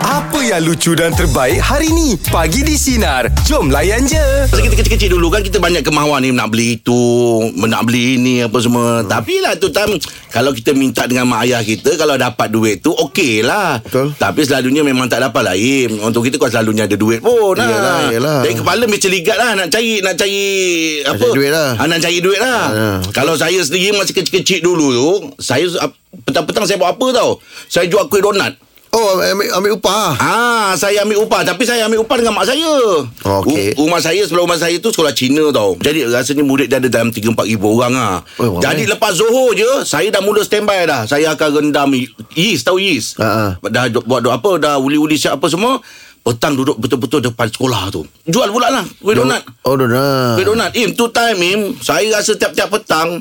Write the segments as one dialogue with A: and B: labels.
A: Apa yang lucu dan terbaik hari ni? Pagi di Sinar. Jom layan je.
B: Masa kita kecil-kecil dulu kan Kita banyak kemahuan ni Nak beli itu Nak beli ini Apa semua hmm. Tapi lah tu time Kalau kita minta dengan mak ayah kita Kalau dapat duit tu Okey lah
C: Betul.
B: Tapi selalunya memang tak dapat lah Im Untuk kita kau selalunya ada duit pun lah.
C: Yelah, yelah.
B: Dari kepala macam ligat lah Nak cari Nak cari Apa
C: cari duit lah.
B: ha, Nak cari duit lah
C: Ya,
B: ha, Kalau saya sendiri Masa kecil-kecil dulu tu Saya ap- Petang-petang saya buat apa tau Saya jual kuih donat
C: Oh ambil, ambil upah
B: Ah, saya ambil upah tapi saya ambil upah dengan mak saya.
C: Oh, okey.
B: U- rumah saya sebelum rumah saya tu sekolah Cina tau. Jadi rasanya murid dia ada dalam 3 4 ribu orang ah.
C: Oh,
B: Oh, Jadi
C: ramai.
B: lepas Zohor je saya dah mula standby dah. Saya akan rendam y- yeast tahu yeast.
C: Ha,
B: Dah do- buat do- apa dah uli-uli siap apa semua. Petang duduk betul-betul depan sekolah tu. Jual pula lah kuih donat.
C: Oh donat
B: Kuih donat Im tu time Im Saya rasa tiap-tiap petang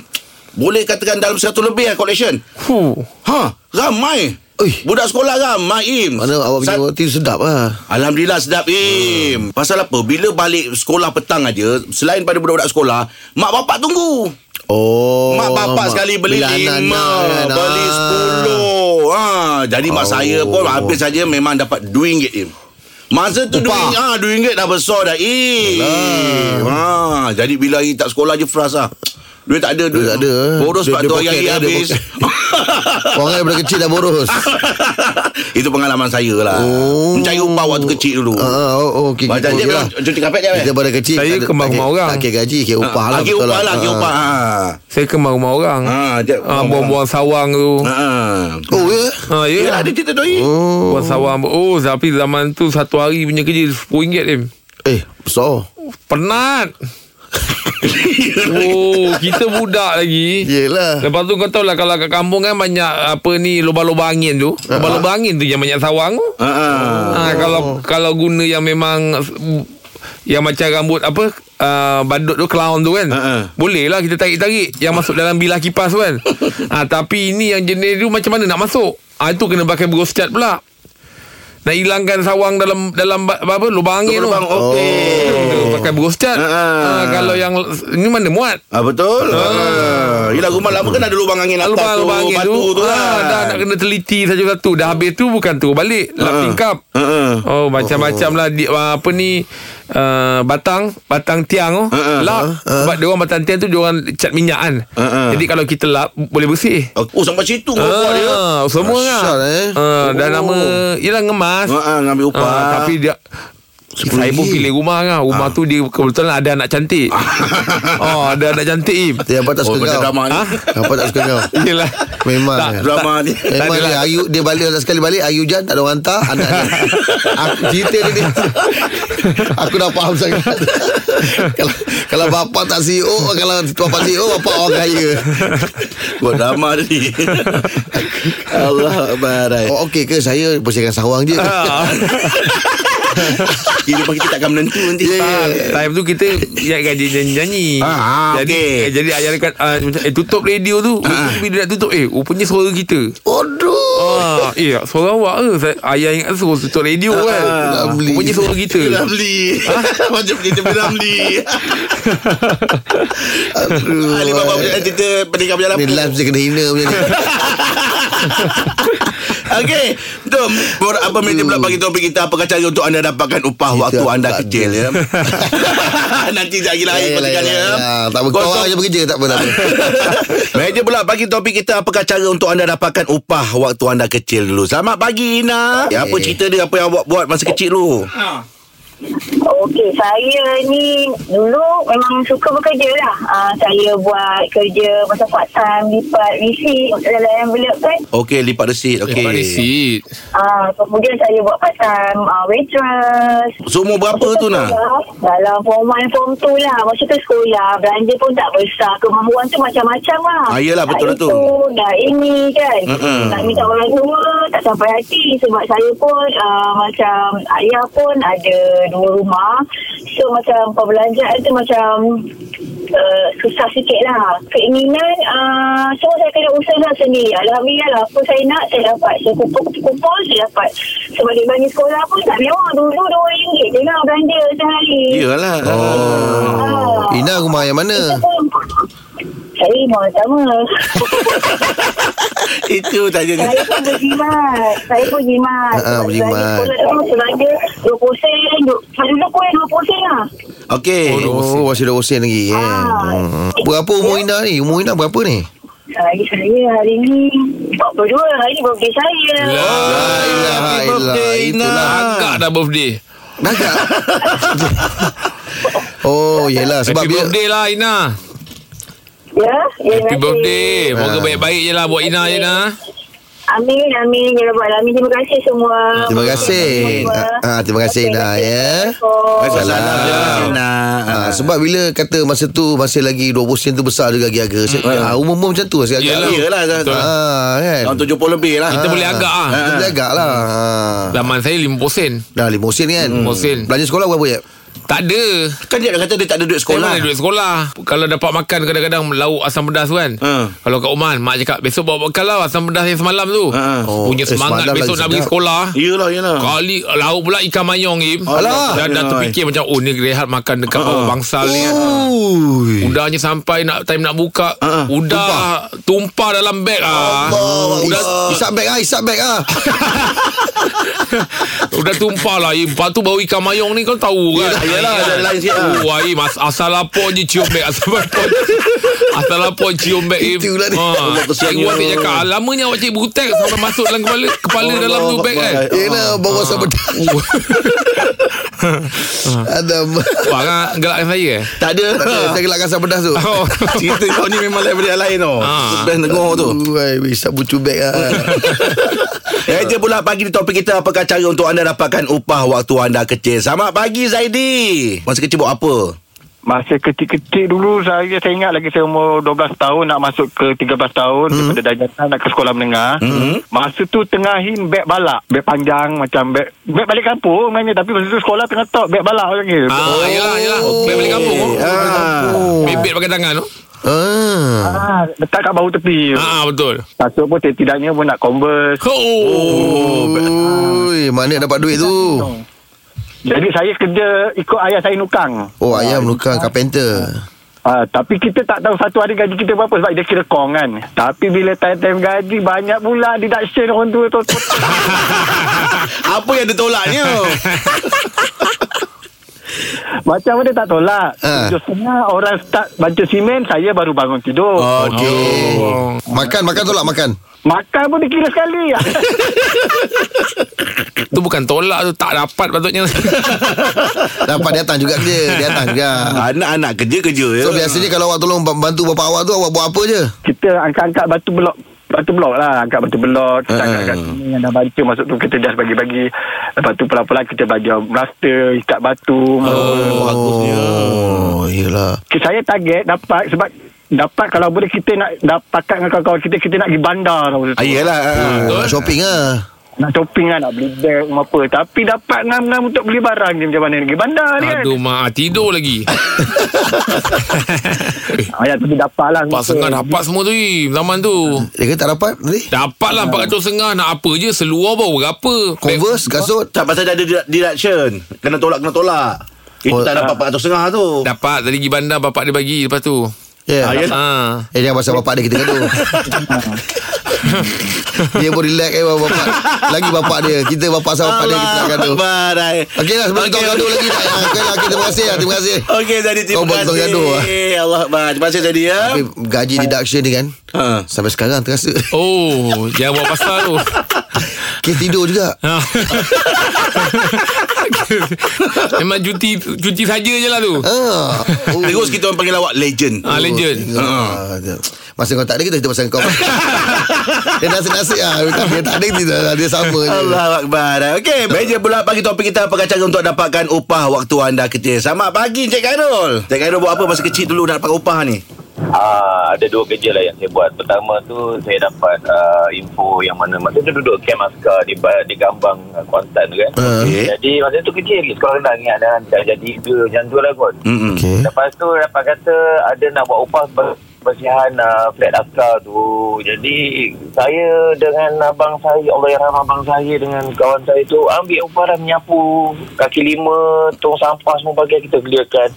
B: Boleh katakan dalam 100 lebih lah collection
C: Huh.
B: Ha Ramai
C: Ui.
B: Budak sekolah ramai Im
C: Mana awak
B: Sa-
C: punya roti sedap lah
B: Alhamdulillah sedap Im hmm. Pasal apa Bila balik sekolah petang aja Selain pada budak-budak sekolah Mak bapak tunggu
C: Oh
B: Mak bapak sekali beli lima
C: anak-anak kan?
B: Beli
C: Ah.
B: sepuluh ha, Jadi mak
C: Oh.
B: saya pun Hampir saja memang dapat dua ringgit Im Masa tu dua
C: Upah.
B: ringgit, ah, dua ringgit dah besar dah Im ha, Jadi bila hari tak sekolah je Fras lah Duit tak ada
C: Duit tak ada.
B: Bodoh
C: Duit
B: sebab
C: dia
B: tu
C: poket
B: hari
C: lah, dia
B: habis
C: Orang yang daripada kecil dah boros Ah,
B: Itu pengalaman saya lah
C: Oh.
B: Mencari upah waktu kecil dulu
C: Ah, oh, oh, okay,
B: Macam
C: okay,
B: dia
C: okay
B: kalau
C: lah.
B: cuti kapek je
C: Kita pada kecil
D: Saya
C: tak ada-
D: kembang
C: tak
D: rumah
C: kira-
D: orang.
C: Tak kira gaji Kira upah lah
B: Lagi
C: betul
B: upah lah Lagi
C: Ah.
B: upah ha.
D: Saya kemar rumah orang.
B: Ha, dia-
D: Ah, buang-buang sawang tu.
B: Ha.
C: Oh ya
D: Ha, ya.
B: Yelah Ah, ada cerita doi
C: Oh
D: Buang sawang. Oh, tapi zaman tu satu hari punya kerja RM10 Im.
C: Eh besar
D: Penat. oh, kita budak lagi.
B: Ya.
C: Yelah
D: Lepas tu kau tahu lah kalau kat kampung kan banyak apa ni lubang-lubang angin tu. Lubang-lubang angin tu yang banyak sawang tu.
B: Ha.
D: Ha, kalau kalau guna yang memang mm, yang macam rambut apa uh, badut tu clown tu kan.
B: Ha-ha.
D: Boleh lah kita tarik-tarik yang masuk dalam bilah kipas tu kan. ha, tapi ini yang jenis tu macam mana nak masuk? Ah ha, itu kena pakai bros cat pula. Nak hilangkan sawang dalam dalam ba- apa lubang angin tu.
B: Terbang okey.
D: Kena pakai bros cat.
B: Ha-ha.
D: Ha, kalau yang ni mana muat?
B: Ah betul. Ah. Yelah rumah lama kan ada lubang angin atas
D: Lubang
B: tu,
D: lubang angin
B: batu tu
D: tu. Ah,
B: kan.
D: dah nak kena teliti satu-satu. Dah habis tu bukan tu balik.
B: Ah,
D: Lap tingkap.
B: Ha-ha.
D: Oh macam-macam lah di, uh, Apa ni uh, Batang Batang tiang oh.
B: Ha-ha.
D: Lap Sebab diorang batang tiang tu Diorang cat minyak kan
B: Ha-ha.
D: Jadi kalau kita lap Boleh bersih
B: Oh sampai situ kau buat dia.
D: Ah, Semua
C: Asyad,
D: kan
C: eh.
D: Ah, Dah nama Yelah ngemas
B: Ha ah, ngambil upah.
D: Ah, Tapi dia saya pun
C: ringgit.
D: pilih rumah
B: Ah.
D: kan Rumah tu dia kebetulan ada anak cantik Oh ada anak cantik Im
C: Dia apa tak
B: Oh,
C: suka
B: macam
C: kau
B: drama ni.
C: Apa tak suka kau
D: Yelah
C: Memang
D: Tak,
C: eh.
B: Drama ni.
C: Memang dia, ayu, dia balik Last sekali balik Ayu hujan tak ada orang hantar Anak dia aku, Cerita dia, dia Aku dah faham sangat kalau, kalau bapa tak CEO Kalau bapa CEO Bapa orang kaya
B: Buat drama ni. Allah Ah. barai.
C: Oh okey ke saya Bersihkan sawang je
D: Ah.
B: Kira rumah kita takkan menentu nanti.
D: Ah, Time tu kita Yang gaji nyanyi
B: Ah, ah,
D: Jadi
B: okey.
D: eh, Jadi ayah dekat ah, macam, Eh tutup radio tu
C: Ah,
D: Tapi dia nak tutup Eh rupanya suara kita
C: Aduh
B: Oh.
D: Ah, eh suara awak ke Saya- Ayah ingat suruh tutup radio
C: Ah,
D: kan
C: dah beli.
D: Rupanya suara kita
B: Ramli Macam cerita Bin Ramli
C: Aduh
B: Ali Baba Ah, punya cerita Pendekat berjalan
C: Ni live je kena hina punya ni
B: Okey Tom Bor, Apa media pula bagi topik kita Apakah cara untuk anda dapatkan upah Waktu
C: aku
B: anda
C: tak
B: kecil ya Nanti sekejap lagi lain
C: Yelah,
B: kau
C: yelah,
B: tinggal, ya.
C: yelah. Tak apa Kau
B: Kosong-
C: orang je bekerja Tak apa tak apa
B: Meja pula bagi topik kita Apakah cara untuk anda dapatkan upah Waktu anda kecil dulu Selamat pagi Ina ya, Apa
C: Eh.
B: cerita dia Apa yang awak buat masa kecil dulu
D: Ha.
E: Okey, saya ni dulu memang suka bekerja lah. Uh, saya buat kerja masa part time, lipat receipt untuk dalam envelope kan.
B: Okey lipat resit Okey
D: Sit
E: Uh, kemudian saya buat part time uh, waitress.
B: So umur berapa tu nak
E: Dalam form 1, form 2 lah. Masa tu sekolah, belanja pun tak besar. Kemampuan tu macam-macam lah.
B: Ah, yelah, betul lah
E: tak
B: tu.
E: itu, dah ini kan.
B: Mm-mm.
E: Tak minta orang tua, tak sampai hati. Sebab saya pun uh, macam ayah pun ada dua rumah. So macam perbelanjaan tu macam uh, susah sikit lah. Keinginan, uh, semua saya kena usaha sendiri. Alhamdulillah lah, apa saya nak, saya dapat. Saya kumpul-kumpul, saya dapat. Sebab dia bagi sekolah pun tak mewah. Dulu RM2 je lah belanja sehari.
B: Iyalah
C: Oh
E: eh,
C: Ina rumah yang mana
E: Saya mau sama.
B: Itu tanya dia.
E: Saya pun berjimat Saya pun jimat
C: Ah, ah, berjimat.
E: Sebab saya sekolah tu Selagi 20 sen du- Masa dulu pun 20 sen lah
D: Eh,
B: Okey.
C: Oh, masih dah osin lagi. Eh.
E: Ah.
C: Hmm. Berapa umur Ina ni? Umur Ina berapa ni?
E: Hari Ah, saya hari ni 42 Hari ni birthday saya
C: ilaha
B: Happy birthday,
C: illallah.
B: Ina.
C: Itulah.
D: Agak dah birthday
C: Dah tak? oh, yelah. Sebab
D: Happy
C: dia...
D: birthday lah Ina
E: Ya ya,
D: Happy
E: nanti.
D: birthday Moga
C: Ah.
D: baik-baik je lah Buat Ina je lah
E: Amin amin Ya Rabbal Alamin Terima kasih semua
C: Terima kasih. Ah, ah, terima kasih, Ina, ya.
B: Waalaikumsalam. Ina.
C: Ha, sebab bila kata masa tu masih lagi 20 sen tu besar juga gagi-gagi. Ha, umur-umur macam tu agak
D: Hmm. Yelah.
C: agak.
B: Yelah.
D: Betul.
C: Ha, kan.
B: Tahun 70 lebih lah.
D: Kita boleh agak ah.
C: Kita boleh agak lah. Ha.
D: Zaman saya 50 sen
C: Dah lima sen kan.
D: Lima sen.
C: Belanja sekolah berapa ya?
D: Tak ada
B: Kan dia dah kata dia tak ada duit
D: Saya
B: sekolah.
D: mana duit sekolah Kalau dapat makan kadang-kadang Lauk asam pedas tu kan
B: Ha.
D: Kalau kat Oman Mak cakap Besok bawa bekal lah Asam pedas yang semalam tu
B: Ha.
C: Oh,
D: Punya
C: eh,
D: semangat
C: semalam
D: Besok
C: lagi
D: nak pergi
C: sedap.
D: sekolah
B: Yelah, yelah.
D: Kali lauk pula ikan mayong Im
B: Alah. Ha.
D: Dah, dah terfikir macam Oh ni rehat makan dekat bawah bangsal ni kan
C: Ui.
D: Udahnya sampai nak time nak buka
B: Ha, ha.
D: Udah tumpah. dalam beg ah. Udah,
C: Is- Isap beg ah, isap beg ah.
D: udah tumpah lah Im Lepas tu bau ikan mayong ni kau tahu kan
B: yelah, ada lain sikit lah.
D: Oh Im as- asal lapor je cium beg Asal lapor Asal lapor cium beg Im
C: Itulah dia.
D: ha.
B: Allah kesiannya.
D: Cikgu Afiq cakap Lamanya awak cik butek Sampai masuk dalam kepala Kepala dalam tu beg kan Oh,
C: Yelah, bawa asam pedas.
D: Ah.
C: Ada
D: Wah, kan, gelakkan saya eh
B: Tak ada.
C: saya gelakkan asam pedas tu.
D: Oh.
B: Cerita kau ni memang lain daripada yang lain tau.
D: Ha.
B: Best dengar tu.
C: Ui, isap bucu beg ah.
B: Eh, je pula pagi di topik kita Apakah cara untuk anda dapatkan upah waktu anda kecil Selamat pagi Zaidi Masa kecil buat apa?
F: Masa kecil-kecil dulu saya saya ingat lagi saya umur 12 tahun nak masuk ke 13 tahun hmm. daripada darjatan nak ke sekolah menengah. Hmm. Masa tu tengahin beg balak, beg panjang macam beg beg balik kampung sebenarnya tapi masa tu sekolah tengah top beg balak orang panggil.
D: Ah,
B: Oh.
D: yelah, yelah. Beg balik kampung. oh.
B: Ah.
D: Bebek pakai tangan tu.
C: Ah.
F: Ah, letak kat bahu tepi.
D: Ah, betul.
F: Masuk pun tidaknya pun nak converse.
D: Oh.
C: Ui, mana dapat duit tu?
F: Hmm. Jadi saya kerja ikut ayah saya nukang.
C: Oh, ayam nukang carpenter.
F: Ah, tapi kita tak tahu satu hari gaji kita berapa sebab dia kira kong kan. Tapi bila time-time gaji banyak pula deduction orang tua tu.
B: Apa yang ditolaknya?
F: Macam mana tak tolak.
D: Eh.
C: Ah.
F: Tujuh setengah orang start baca simen, saya baru bangun tidur.
C: Okey.
D: Oh.
C: Makan, makan tolak makan.
F: Makan pun dikira sekali.
D: Tu bukan tolak tu. Tak dapat patutnya.
C: Dapat dia datang juga kerja. Dia datang juga.
B: Anak-anak kerja-kerja ya.
C: So biasanya kalau awak tolong bantu bapa awak tu awak buat apa je?
F: kita angkat-angkat batu blok batu blok lah angkat batu blok kita angkat
D: Eh.
F: kat sini yang dah baca masuk tu kita just bagi-bagi lepas tu pelan-pelan kita bagi raster ikat batu oh.
B: bagusnya.
C: Oh,
B: Ya.
C: yelah.
F: saya target dapat sebab dapat kalau boleh kita nak dapat dengan kawan-kawan kita kita nak pergi bandar tau masa tu.
B: Ah, yelah. ah.
D: Betul.
C: Nak shopping ah.
F: nak shopping kan nak beli bag apa tapi dapat ngam-ngam untuk beli barang je macam mana nak pergi bandar ni kan
D: Aduh, mak. Tidur lagi.
F: Ah, ya, tapi dapat lah
D: Empat setengah dapat semua tu, Im. Zaman tu.
C: Dia kata tak dapat tadi.
D: Dapat lah empat ratus setengah. Nak apa je. Seluar bawa berapa. Beg-
C: Converse, kasut.
B: Tak pasal dah ada dedu- deduction Kena tolak Kena tolak Itu
C: Oh,
B: tak dapat 400 setengah tu
D: Dapat. Tadi pergi bandar. Bapak dia bagi lepas tu.
C: Ya.
B: Ah,
C: Yeah.
B: yelah.
D: Ha.
C: Eh jangan pasal bapak dia kita gaduh Dia pun relax eh bapak Lagi bapak dia Kita bapak sama bapak dia Kita nak gaduh
B: Barai
C: Okey lah sebelum okay. kau gaduh lagi tak Ah, Okey lah okay, terima kasih lah Terima kasih
B: Okey Zadi terima
C: Kau buat
B: kasih
C: kau gaduh lah.
B: Allah Akbar Terima kasih Zadi ya
C: Tapi gaji deduction ni kan
B: Ha.
C: Sampai sekarang terasa
D: Oh. Jangan buat pasal tu.
C: Kes tidur juga
D: Ha. Memang cuti cuti saja je lah tu.
C: Ah. Oh.
B: Terus kita orang panggil awak legend
D: Ah, legend.
C: Ah, dia- Masa kau tak ada kita cerita pasal kau Dia nasib-nasib lah Dia tak ada kita Dia sama je
B: Allah Akbar Okey Meja pula pagi topik kita Apakah cara untuk dapatkan upah Waktu anda kecil Selamat pagi Encik Khairul Encik Khairul buat apa Masa kecil dulu Nak dapat upah ni
G: Ah, ada dua kerja lah yang saya buat. Pertama tu saya dapat ah, info yang mana masa tu duduk camp askar di Ba- di Gambang ah, Kuantan tu kan.
C: Ah.
B: Okey.
G: Jadi masa tu kecil lagi sekolah rendah ingat dah tak jadi ke macam tu lah kot.
B: Mm-mm.
C: Okay
G: Lepas tu dapat kata ada nak buat upah ber- bersihan uh, flat askar tu. Jadi saya dengan abang saya, Allah yang rahmat abang saya dengan kawan saya tu ambil upah dah menyapu kaki lima, tong sampah semua bagian kita geliakan.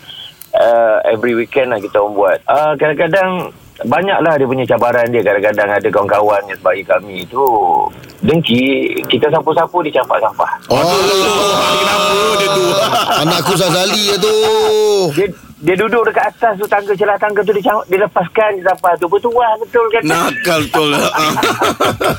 G: Uh, every weekend lah kita orang buat. Uh, Ah, kadang-kadang banyaklah dia punya cabaran dia kadang-kadang ada kawan-kawan yang sebagai kami tu dengki kita sapu-sapu dia campak sampah
C: Oh,
B: Kenapa dia tu?
C: anakku Sazali ya tu.
G: dia dia duduk dekat atas tu tangga celah tangga tu dia, cam- dia lepaskan sampah tu bertuah betul kan
B: Nakal tu lah.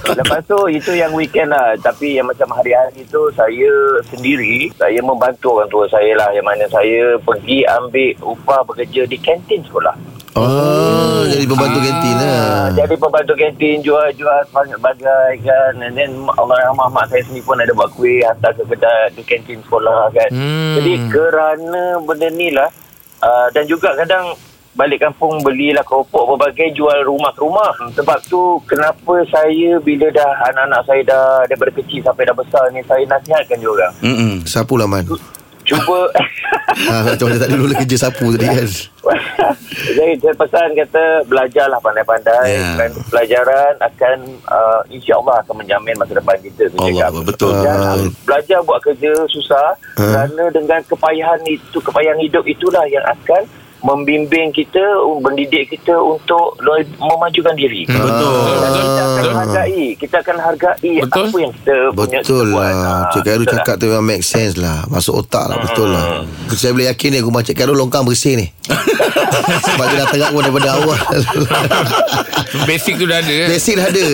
G: Lepas tu itu yang weekend lah Tapi yang macam hari-hari tu Saya sendiri Saya membantu orang tua saya lah Yang mana saya pergi ambil upah bekerja di kantin sekolah
C: Oh, jadi pembantu kantin lah.
G: Ah, Jadi pembantu kantin Jual-jual bagai kan And then Allah rahmat mak saya sendiri pun ada buat kuih Hantar ke kedai ke kantin sekolah kan
D: Hmm.
G: Jadi kerana benda ni lah uh, Dan juga kadang balik kampung belilah keropok berbagai jual rumah ke rumah sebab tu kenapa saya bila dah anak-anak saya dah daripada kecil sampai dah besar ni saya nasihatkan dia orang
B: Mm-mm.
C: Sapu lah man.
G: cuba
C: Ha, macam mana tak dulu kerja sapu tadi kan.
G: Jadi saya pesan kata belajarlah pandai-pandai
B: Ya.
G: yeah. dan pelajaran akan uh, insya-Allah akan menjamin masa depan kita
B: Allah, betul.
G: Dan, belajar buat kerja susah
C: Ha.
G: kerana dengan kepayahan itu kepayahan hidup itulah yang akan membimbing kita um, mendidik kita untuk le- memajukan diri.
C: Ha.
B: Betul.
G: Dan Kita akan hargai, kita akan hargai
D: Betul.
G: apa yang kita punya kita
C: Betul
G: buat.
C: lah
G: Ah,
C: Cik Khairul
G: betul lah.
C: cakap tu memang make sense lah Masuk otak lah Betul lah Saya boleh yakin ni Rumah Cik Khairul longkang bersih ni Sebab dia dah terang pun daripada awal
D: Basic tu dah ada eh?
C: Basic dah ada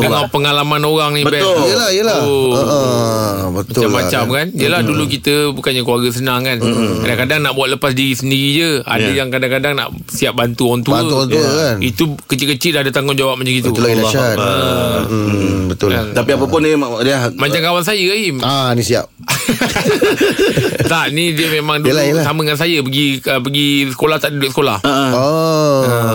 D: Dengan pengalaman orang ni
B: Betul.
D: Ben.
C: Yelah yelah
D: Oh.
C: Ah, ah, Betul
D: Macam-macam
C: lah
D: kan Yelah dulu kita Bukannya keluarga senang kan Kadang-kadang nak buat lepas diri sendiri je Ada
B: Ya.
D: yang kadang-kadang Nak siap bantu orang tua
C: Bantu orang tua, kan.
D: Itu kecil-kecil Dah ada tanggungjawab macam itu
C: Betul lagi dahsyat Hmm, Betul lah
D: Kan?
B: Tapi apa pun ni mak dia
D: Macam kawan saya Im
C: Ah ni siap
D: Tak ni dia memang dulu
C: Yelah, yelah. Ah.
D: Sama dengan saya Pergi uh, pergi sekolah Tak ada duit sekolah
C: Oh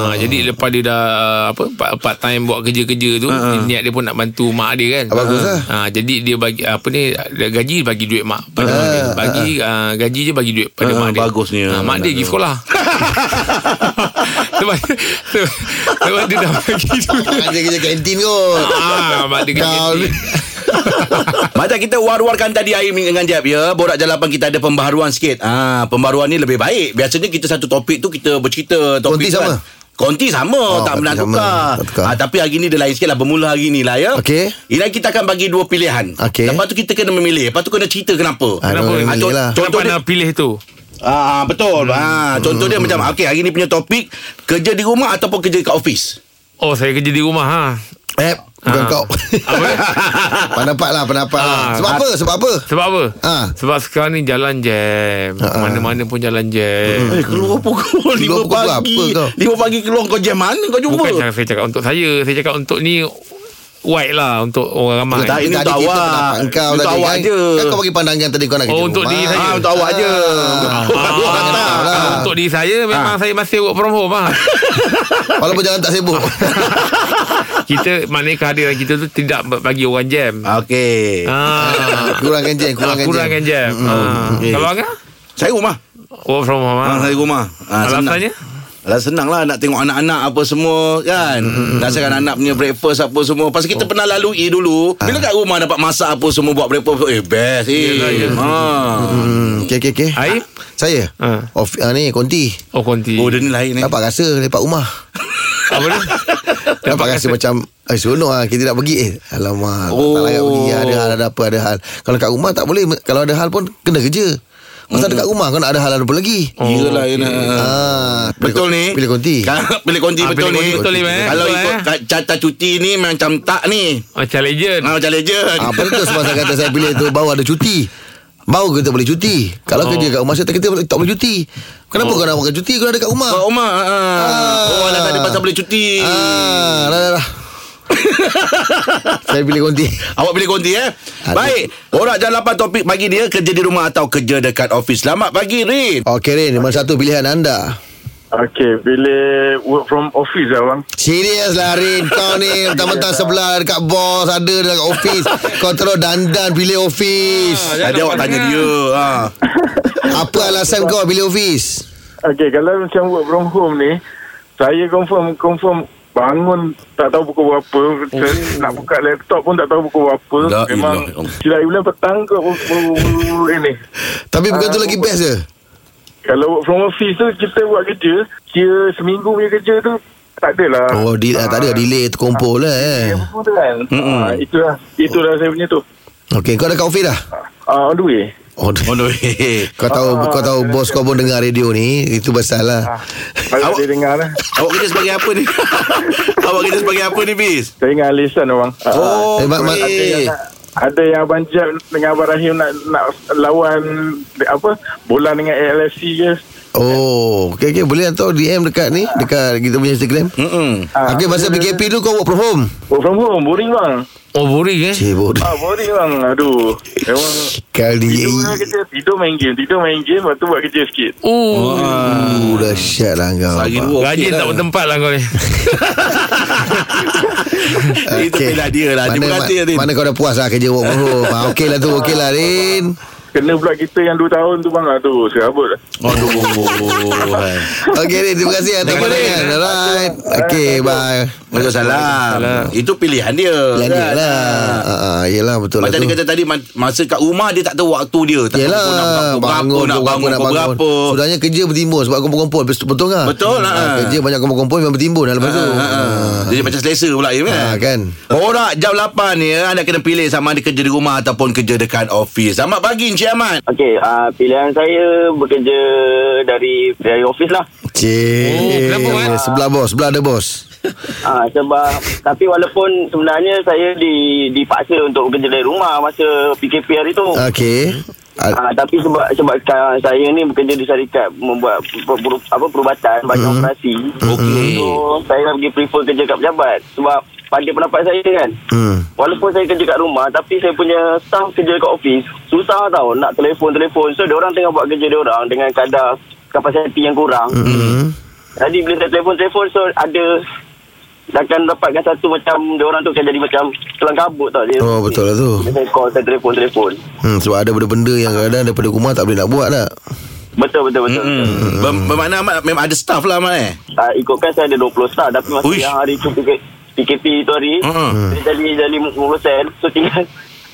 D: Ha, jadi lepas dia dah ah, apa part, part time buat kerja-kerja tu uh-huh. niat dia pun nak bantu mak dia kan.
C: Ah, bagus lah.
D: Ha, jadi dia bagi apa ni dia gaji bagi duit mak pada
C: Ah.
D: mak dia. Bagi uh, gaji je bagi duit pada
B: Ah,
D: mak dia.
B: bagusnya.
D: Ha, mak dia pergi sekolah. Sebab sebab dia dah bagi duit.
C: Kan dia kerja kantin kot
D: Ah, mak dia
C: Kau ni.
D: gaji.
B: Macam kita war-warkan tadi Aim dengan Jeb ya. Borak jalapan kita ada pembaharuan sikit. Ah, pembaharuan ni lebih baik. Biasanya kita satu topik tu kita bercerita topik
C: Konti
B: tu
C: sama?
B: Kan. Konti sama oh,
C: Oh,
B: Tak pernah
C: konti sama.
B: tukar,
C: Tak tukar.
B: Ah, Tapi hari ni dia lain sikit lah Bermula hari ni lah ya
C: Okey.
B: Ina kita akan bagi dua pilihan
C: Okey.
B: Lepas tu kita kena memilih Lepas tu kena cerita kenapa
C: Ah,
D: Kenapa?
C: kena
B: Ah,
C: memilih
B: con-
C: lah.
B: Contoh
D: Kenapa
B: dia
D: nak pilih tu?
B: ah, Betul ah, Contoh dia macam Okey hari ni punya topik Kerja di rumah Ataupun kerja kat office
D: Oh, saya kerja di rumah ha.
C: Eh Bukan
D: Ah.
C: kau
D: Apa?
C: Pendapat lah Pendapat lah
D: Ah,
C: Sebab apa Sebab apa
D: Sebab apa?
C: Ha.
D: Sebab sekarang ni jalan jam.
C: Ha, ha.
D: Mana-mana pun jalan jam.
B: Eh keluar pukul 5
C: Keluar pukul
B: pagi
C: berapa kau?
B: 5 pagi keluar kau jam mana kau jumpa
D: Bukan cakap, saya cakap untuk saya Saya cakap untuk ni White lah Untuk orang ramai
B: Tak, ini untuk
C: Tadi kita
B: awak.
C: pendapat Engkau
B: Untuk
C: tadi
B: awak
C: kan?
B: je.
C: Kan kau bagi pandangan tadi kau nak
D: Oh,
C: kerja
D: untuk
C: rumah.
D: diri saya.
B: Ah, untuk awak je.
D: Ah,
B: Untuk awak tak.
C: lah.
D: ah, Untuk diri saya Memang saya masih work from home lah.
C: Walaupun jalan tak sibuk
D: Kita Maknanya kehadiran kita tu Tidak bagi orang jam
B: Okey.
D: ah.
C: Kurangkan jam Kurangkan,
D: Kurangkan
C: jam
D: jam ah.
B: mm.
D: Kalau Angah
B: Saya rumah.
D: Work from home
B: Ah,
D: ah.
B: saya rumah. Ah,
D: Alasannya?
B: Alah senang lah nak tengok anak-anak apa semua kan.
D: Hmm.
B: Nasihatkan anak punya breakfast apa semua. Pasal
D: Oh.
B: kita pernah lalui dulu.
D: Ah.
B: Bila kat rumah dapat masak apa semua buat breakfast. Eh best. Eh.
D: Yelah, yelah.
B: Ha.
C: Hmm, okay, okay, okay.
D: Aib?
C: Saya?
D: Ha.
C: Of, ah, ni, konti.
D: Oh konti
B: Oh dia ni lain ni.
C: Dapat rasa lepak rumah.
D: Apa ni?
C: Dapat, Kan rasa, macam, eh, seronok lah. Kita nak pergi. Eh, alamak. Oh. Tak
B: Oh.
C: layak pergi. Ada hal, ada apa, ada hal. Kalau kat rumah tak boleh. Kalau ada hal pun, kena kerja. Masa dekat rumah, kau nak ada hal apa lagi?
D: Oh,
B: Yelah, yelah.
C: Ah,
B: Betul ni Kan-
C: Pilih konti.
B: Kalau- eh. Pilih konti
D: Ah,
B: betul
D: pilih
B: ni
D: konti betul ni, eh.
B: Kalau
D: Betul,
B: ikut
D: eh.
B: kat carta cuti ni Macam tak ni
D: Macam legend
B: Ah, Macam legend
C: Ah, apa tu sebab saya kata saya pilih tu baru ada cuti. Baru kita boleh cuti. Kalau
D: Oh.
C: kerja kat rumah saya tak- kita tak boleh cuti. Kenapa kau nak makan cuti? Kau ada kat rumah.
B: Kat rumah ah.
C: Ah.
B: Oh alah tak ada pasal boleh cuti
C: Ah, dah dah dah. saya pilih konti.
B: Awak pilih konti eh
C: Ada.
B: Baik Orang jalan 8 topik pagi dia Kerja di rumah atau kerja dekat office Selamat pagi Rin
C: Okey Rin, nombor satu pilihan anda.
F: Okay, pilih work from office lah bang.
C: Serius lah Rin Kau ni Mentang-mentang sebelah Dekat bos Ada dekat office Kau terus dandan Pilih office
F: Ah, ya.
B: Tadi awak tanya dia ha.
C: Apa alasan kau Pilih office
F: Okay, kalau macam work from home ni, saya confirm confirm bangun tak tahu pukul berapa oh. nak buka laptop pun tak tahu pukul berapa
B: La
F: memang
B: ilaha illallah.
F: silap bulan petang ke ini
C: Tapi bukan tu lagi best je
F: kalau work from office tu kita buat kerja kira seminggu punya kerja tu tak adalah.
C: Oh, di, ah, tak ada delay terkumpul lah eh.
F: Apa pun tu kan. Ah,
B: Oh.
F: itulah itulah saya punya tu.
C: Okey, kau dah kat office dah?
F: Ah, on the way.
C: Oh, dah.
B: On the way.
C: Kau tahu kau tahu bos kau pun dengar radio ni, itu pasal lah.
F: Kalau
B: Awak-
F: dia dengar lah.
B: Awak kerja sebagai apa ni? Awak kerja sebagai apa ni, Bis?
F: Saya dengan Alisan orang. Ah,
B: Oh,
C: Eh, mak- mak-
F: ada yang
B: okay.
F: nak- ada yang Abang Jab dengan Abang Rahim nak, nak lawan apa bola dengan ALFC je.
C: Oh, okey okey boleh hantar DM dekat ni, dekat kita punya Instagram.
B: Mm-mm.
F: Ah,
C: Okey, masa PKP dulu kau work from home.
F: Work from home boring bang.
D: Oh boring eh
C: Cik, bodoh.
F: Ah boring bang. Aduh. Memang
C: Kali
F: tidur lah
C: ni.
F: kerja, tidur main game, tidur main game lepas tu buat kerja sikit.
D: Oh
C: Uh, dahsyat lah kau.
B: "Ah, Lagi dua okey
D: Gaji tak
B: lah.
D: bertempat lah kau ni
B: Itu pilihan dia lah. Terima
C: Mana,
B: kasih, Rin.
C: mana kau dah puas lah kerja work from home. Ah, okey lah tu, okey lah Rin.
F: Kena pula kita yang 2 tahun tu bang. Aduh, serabut lah.
B: Aduh.
C: Okey Rin, terima kasih atas
D: Terima kasih,
C: pandangan. Alright. Okey, bye.
B: Waalaikumsalam. Itu pilihan dia.
C: Lah dia
B: kan?
C: lah. Ah, ah, yelah betul lah
B: Macam
C: tu.
B: dia kata tadi ma- Masa kat rumah Dia tak tahu waktu dia tak
C: Yelah
B: tahu Pukul
C: Bangun pukul
B: berapa Nak bangun Pukul berapa
C: Sudahnya kerja bertimbun Sebab kumpul-kumpul Betul betul kan
B: Betul lah.
C: Kerja banyak kumpul-kumpul Memang bertimbun lah lepas tu
B: Ha, ha. Jadi macam selesa pula ya, kan?
C: Ha, kan?
B: Orang jam 8 ni ya, Anda kena pilih Sama ada kerja di rumah Ataupun kerja dekat office Selamat pagi Encik Ahmad
G: Okey, uh, pilihan saya bekerja dari dari office lah.
C: Cik
D: Oh, kenapa, Mat?
B: eh?
C: Sebelah bos Sebelah ada bos
G: Ah sebab tapi walaupun sebenarnya saya di dipaksa untuk bekerja dari rumah masa PKP hari tu. Ah
C: Okey Ah,
G: tapi sebab sebab ka- saya ni bekerja di syarikat membuat per, per, apa perubatan banyak mm-hmm. operasi.
B: Okey.
G: So saya lagi prefer kerja kat pejabat sebab pada pendapat saya kan.
C: hmm.
G: Walaupun saya kerja kat rumah Tapi saya punya staff kerja kat office Susah tau nak telefon-telefon So diorang tengah buat kerja diorang Dengan kadar kapasiti yang kurang
C: Hmm.
G: jadi bila saya telefon-telefon So ada Akan dapatkan satu macam Dia orang tu akan jadi macam Kelang kabut tau dia.
C: Oh betul lah tu
G: Bila Saya call saya telefon-telefon
C: hmm, Sebab ada benda-benda yang kadang-kadang Daripada rumah tak boleh nak buat lah
G: Betul betul betul, betul.
B: hmm. Ber- Bermakna Ahmad Memang ada staff lah Ahmad eh
G: Uh, Ikutkan saya ada 20 star Tapi masa
B: Uish.
G: yang hari tu PK, PKP tu hari
B: Mm-mm.
C: Hmm.
G: Dia jadi jadi 50 sen So tinggal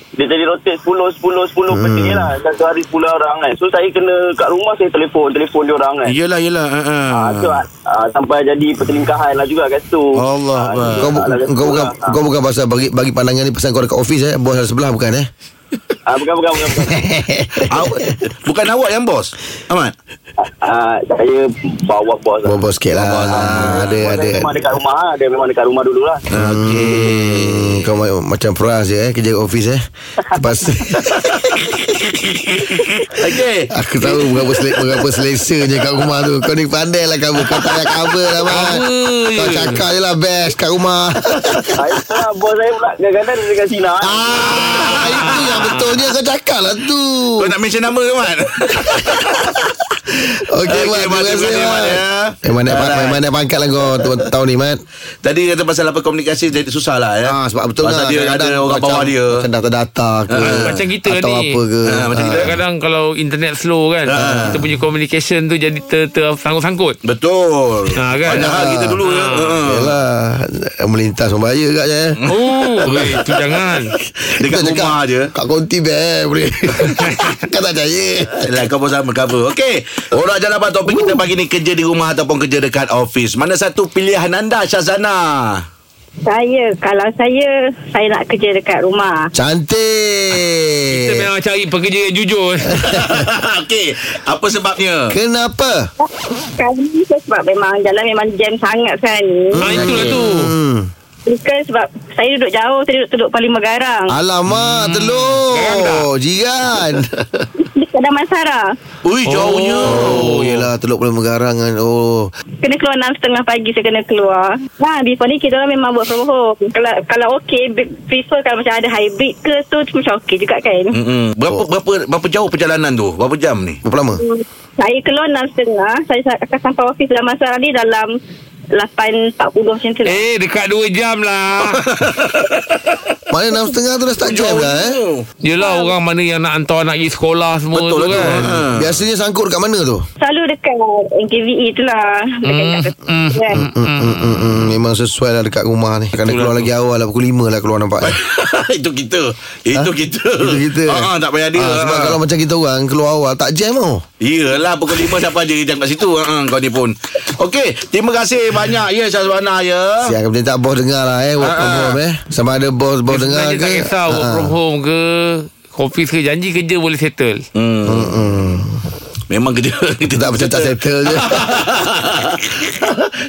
G: dia jadi rotate 10 10 10 hmm. macam ni lah Satu hari 10 orang kan So saya kena kat rumah saya telefon Telefon dia orang kan
B: Yelah yelah ha, ha.
G: Ah, so, ah, sampai jadi pertelingkahan lah juga kat situ.
B: Allah,
G: Ah,
B: Abang.
C: kau, bu-
G: lah kat situ
C: kau, bukan,
G: lah. Ah.
C: kau bukan pasal bagi, bagi pandangan ni Pasal kau dekat office eh Bos ada sebelah bukan eh
G: Ah, bukan, bukan, bukan. bukan.
B: Awak- Bukan awak yang bos Ahmad
G: ah, saya bawa bos lah.
C: Bos bos sikit lah ah, Ada
G: Bos
C: ada
G: saya Memang dekat rumah lah. Dia memang dekat rumah dulu lah.
C: hmm, Kau ma- macam peras je eh Kerja kat office eh Terpaksa
B: Okey
C: Aku tahu berapa sele, berapa selesanya kat rumah tu. Kau ni pandai lah kamu. Kau tak payah cover lah, Mat. Kau cakap je lah best kat rumah.
G: saya ah, bos saya pula kadang-kadang dia dekat Sina.
C: ah, itu yang betulnya kau cakap lah tu.
B: Kau nak mention nama ke Mat
C: Okey,
B: Okey,
C: Mat.
B: Mat, terima
C: Eh, Terima kasih,
B: kasih, Mat,
C: Mat.
B: ya.
C: Memang naik,
B: Alright.
C: memang naik pangkat lah kau tu- tahun ni, Mat.
B: Tadi kata pasal apa komunikasi Jadi susah lah ya
C: Ah, sebab betul
B: Pasal
C: lah.
B: dia ada
C: kadang-kadang
B: orang
C: macam-
B: bawah dia
C: Macam data-data ke.
D: Ah, macam kita
C: atau
D: ni.
C: apa ke.
B: Ah, macam kita.
D: Kadang-kadang kalau internet slow kan Kita punya communication tu jadi ter, ter, sangkut-sangkut
B: Betul
D: Ah, kan?
B: Padahal
D: Ah.
B: kita dulu ya. Ha.
C: Yalah, melintas membahaya kat je.
B: Hmm.
C: eh.
D: Oh, weh, tu jangan
B: Dekat
C: Kita
B: rumah
C: cakap,
B: je
C: Kat konti best boleh. Kau tak percaya.
B: Yalah Lah, kau pun sama cover Okey Orang jalan apa topik kita pagi ni Kerja di rumah Ataupun kerja dekat office Mana satu pilihan anda Syazana
E: Saya, kalau saya, saya nak kerja dekat rumah.
C: Cantik.
D: Kita memang cari pekerja yang jujur
B: Okey Apa sebabnya
C: Kenapa?
E: Kali ni saya sebab memang jalan memang jam sangat sekarang ni.
D: Ah, itulah tu
C: Hmm.
E: Bukan sebab saya duduk jauh, saya duduk Teluk Paling Megarang.
D: Ah.
C: Alamak, hmm. telur. Jiran.
E: Dekat Damansara.
B: Ui jauhnya
C: Oh, yelah telur belum menggarang kan. Oh.
E: Kena keluar enam setengah pagi saya kena keluar. Nah, before ni kita orang memang buat from home. Kalau kalau okey, be- prefer kalau macam ada hybrid ke tu macam okey juga kan. Hmm.
B: Mm-mm. Berapa, berapa berapa jauh perjalanan tu? Berapa jam ni?
C: Berapa lama?
D: Hmm.
E: Saya keluar enam setengah, saya sa- akan sampai ofis dalam masa ni dalam 8.40 macam tu lah.
D: Eh, dekat 2 jam lah
C: Maknanya enam setengah tu dah start jam dah eh.
D: Yelah orang mana yang nak hantar anak pergi sekolah semua
B: Betul
D: tu
B: lah tu.
D: kan
B: Ha.
C: Biasanya sangkut dekat mana tu?
E: Selalu dekat NKVE tu lah. Dekat
D: Hmm,
E: dekat
D: hmm,
E: kan.
C: Hmm, hmm, hmm, hmm. Memang sesuai lah dekat rumah ni. Kena keluar lagi awal lah. Pukul 5 lah keluar nampak.
B: Itu kita Itu
C: Ha?
B: kita
C: Itu kita.
B: ha, Tak payah dia
D: lah.
C: Ah, sebab
B: Ha.
C: kalau macam kita orang keluar awal tak jam tau.
B: Yelah pukul 5 siapa je Hijam kat situ ha, Kau ni pun Okey Terima kasih banyak ya Syazwana ya.
C: Siap akan minta bos dengar lah eh Work from
D: Ah, ah.
C: home eh Sama ada bos Bos dengar ke
D: Sebenarnya tak kisah work
C: Ah.
D: from home ke Office ke janji kerja boleh settle
B: Memang kerja kita
C: Tak macam tak settle je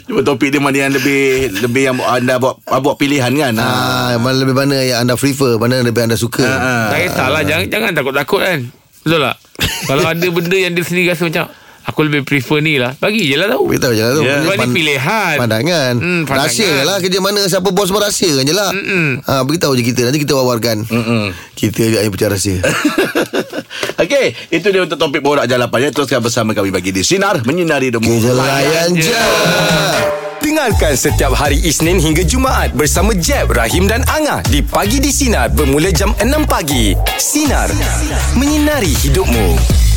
B: Cuma topik dia mana yang lebih lebih yang anda buat buat pilihan kan. Ha.
C: Ah, mana lebih mana yang anda prefer Mana yang lebih anda suka
B: Ah.
D: Tak kisahlah jangan, jangan takut-takut kan Betul tak Kalau ada benda yang dia sendiri rasa macam Aku lebih prefer ni lah Bagi je lah tahu
C: Beritahu je lah tu
B: Yeah.
D: Sebab ni pilihan
C: Pandangan
D: Hmm, pandangan.
C: Rahsia lah kerja mana Siapa bos pun rahsia kan je lah
D: Mm-mm.
C: ha, Beritahu je kita Nanti kita wawarkan
B: Mm-mm.
C: Kita juga yang pecah rahsia
B: Okey, itu dia untuk topik borak jalapan ya. Teruskan bersama kami bagi di sinar menyinari demo.
C: Kerja layan je
A: Dengarkan setiap hari Isnin hingga Jumaat bersama Jeb, Rahim dan Angah di Pagi di Sinar bermula jam 6 pagi. Sinar. Menyinari hidupmu.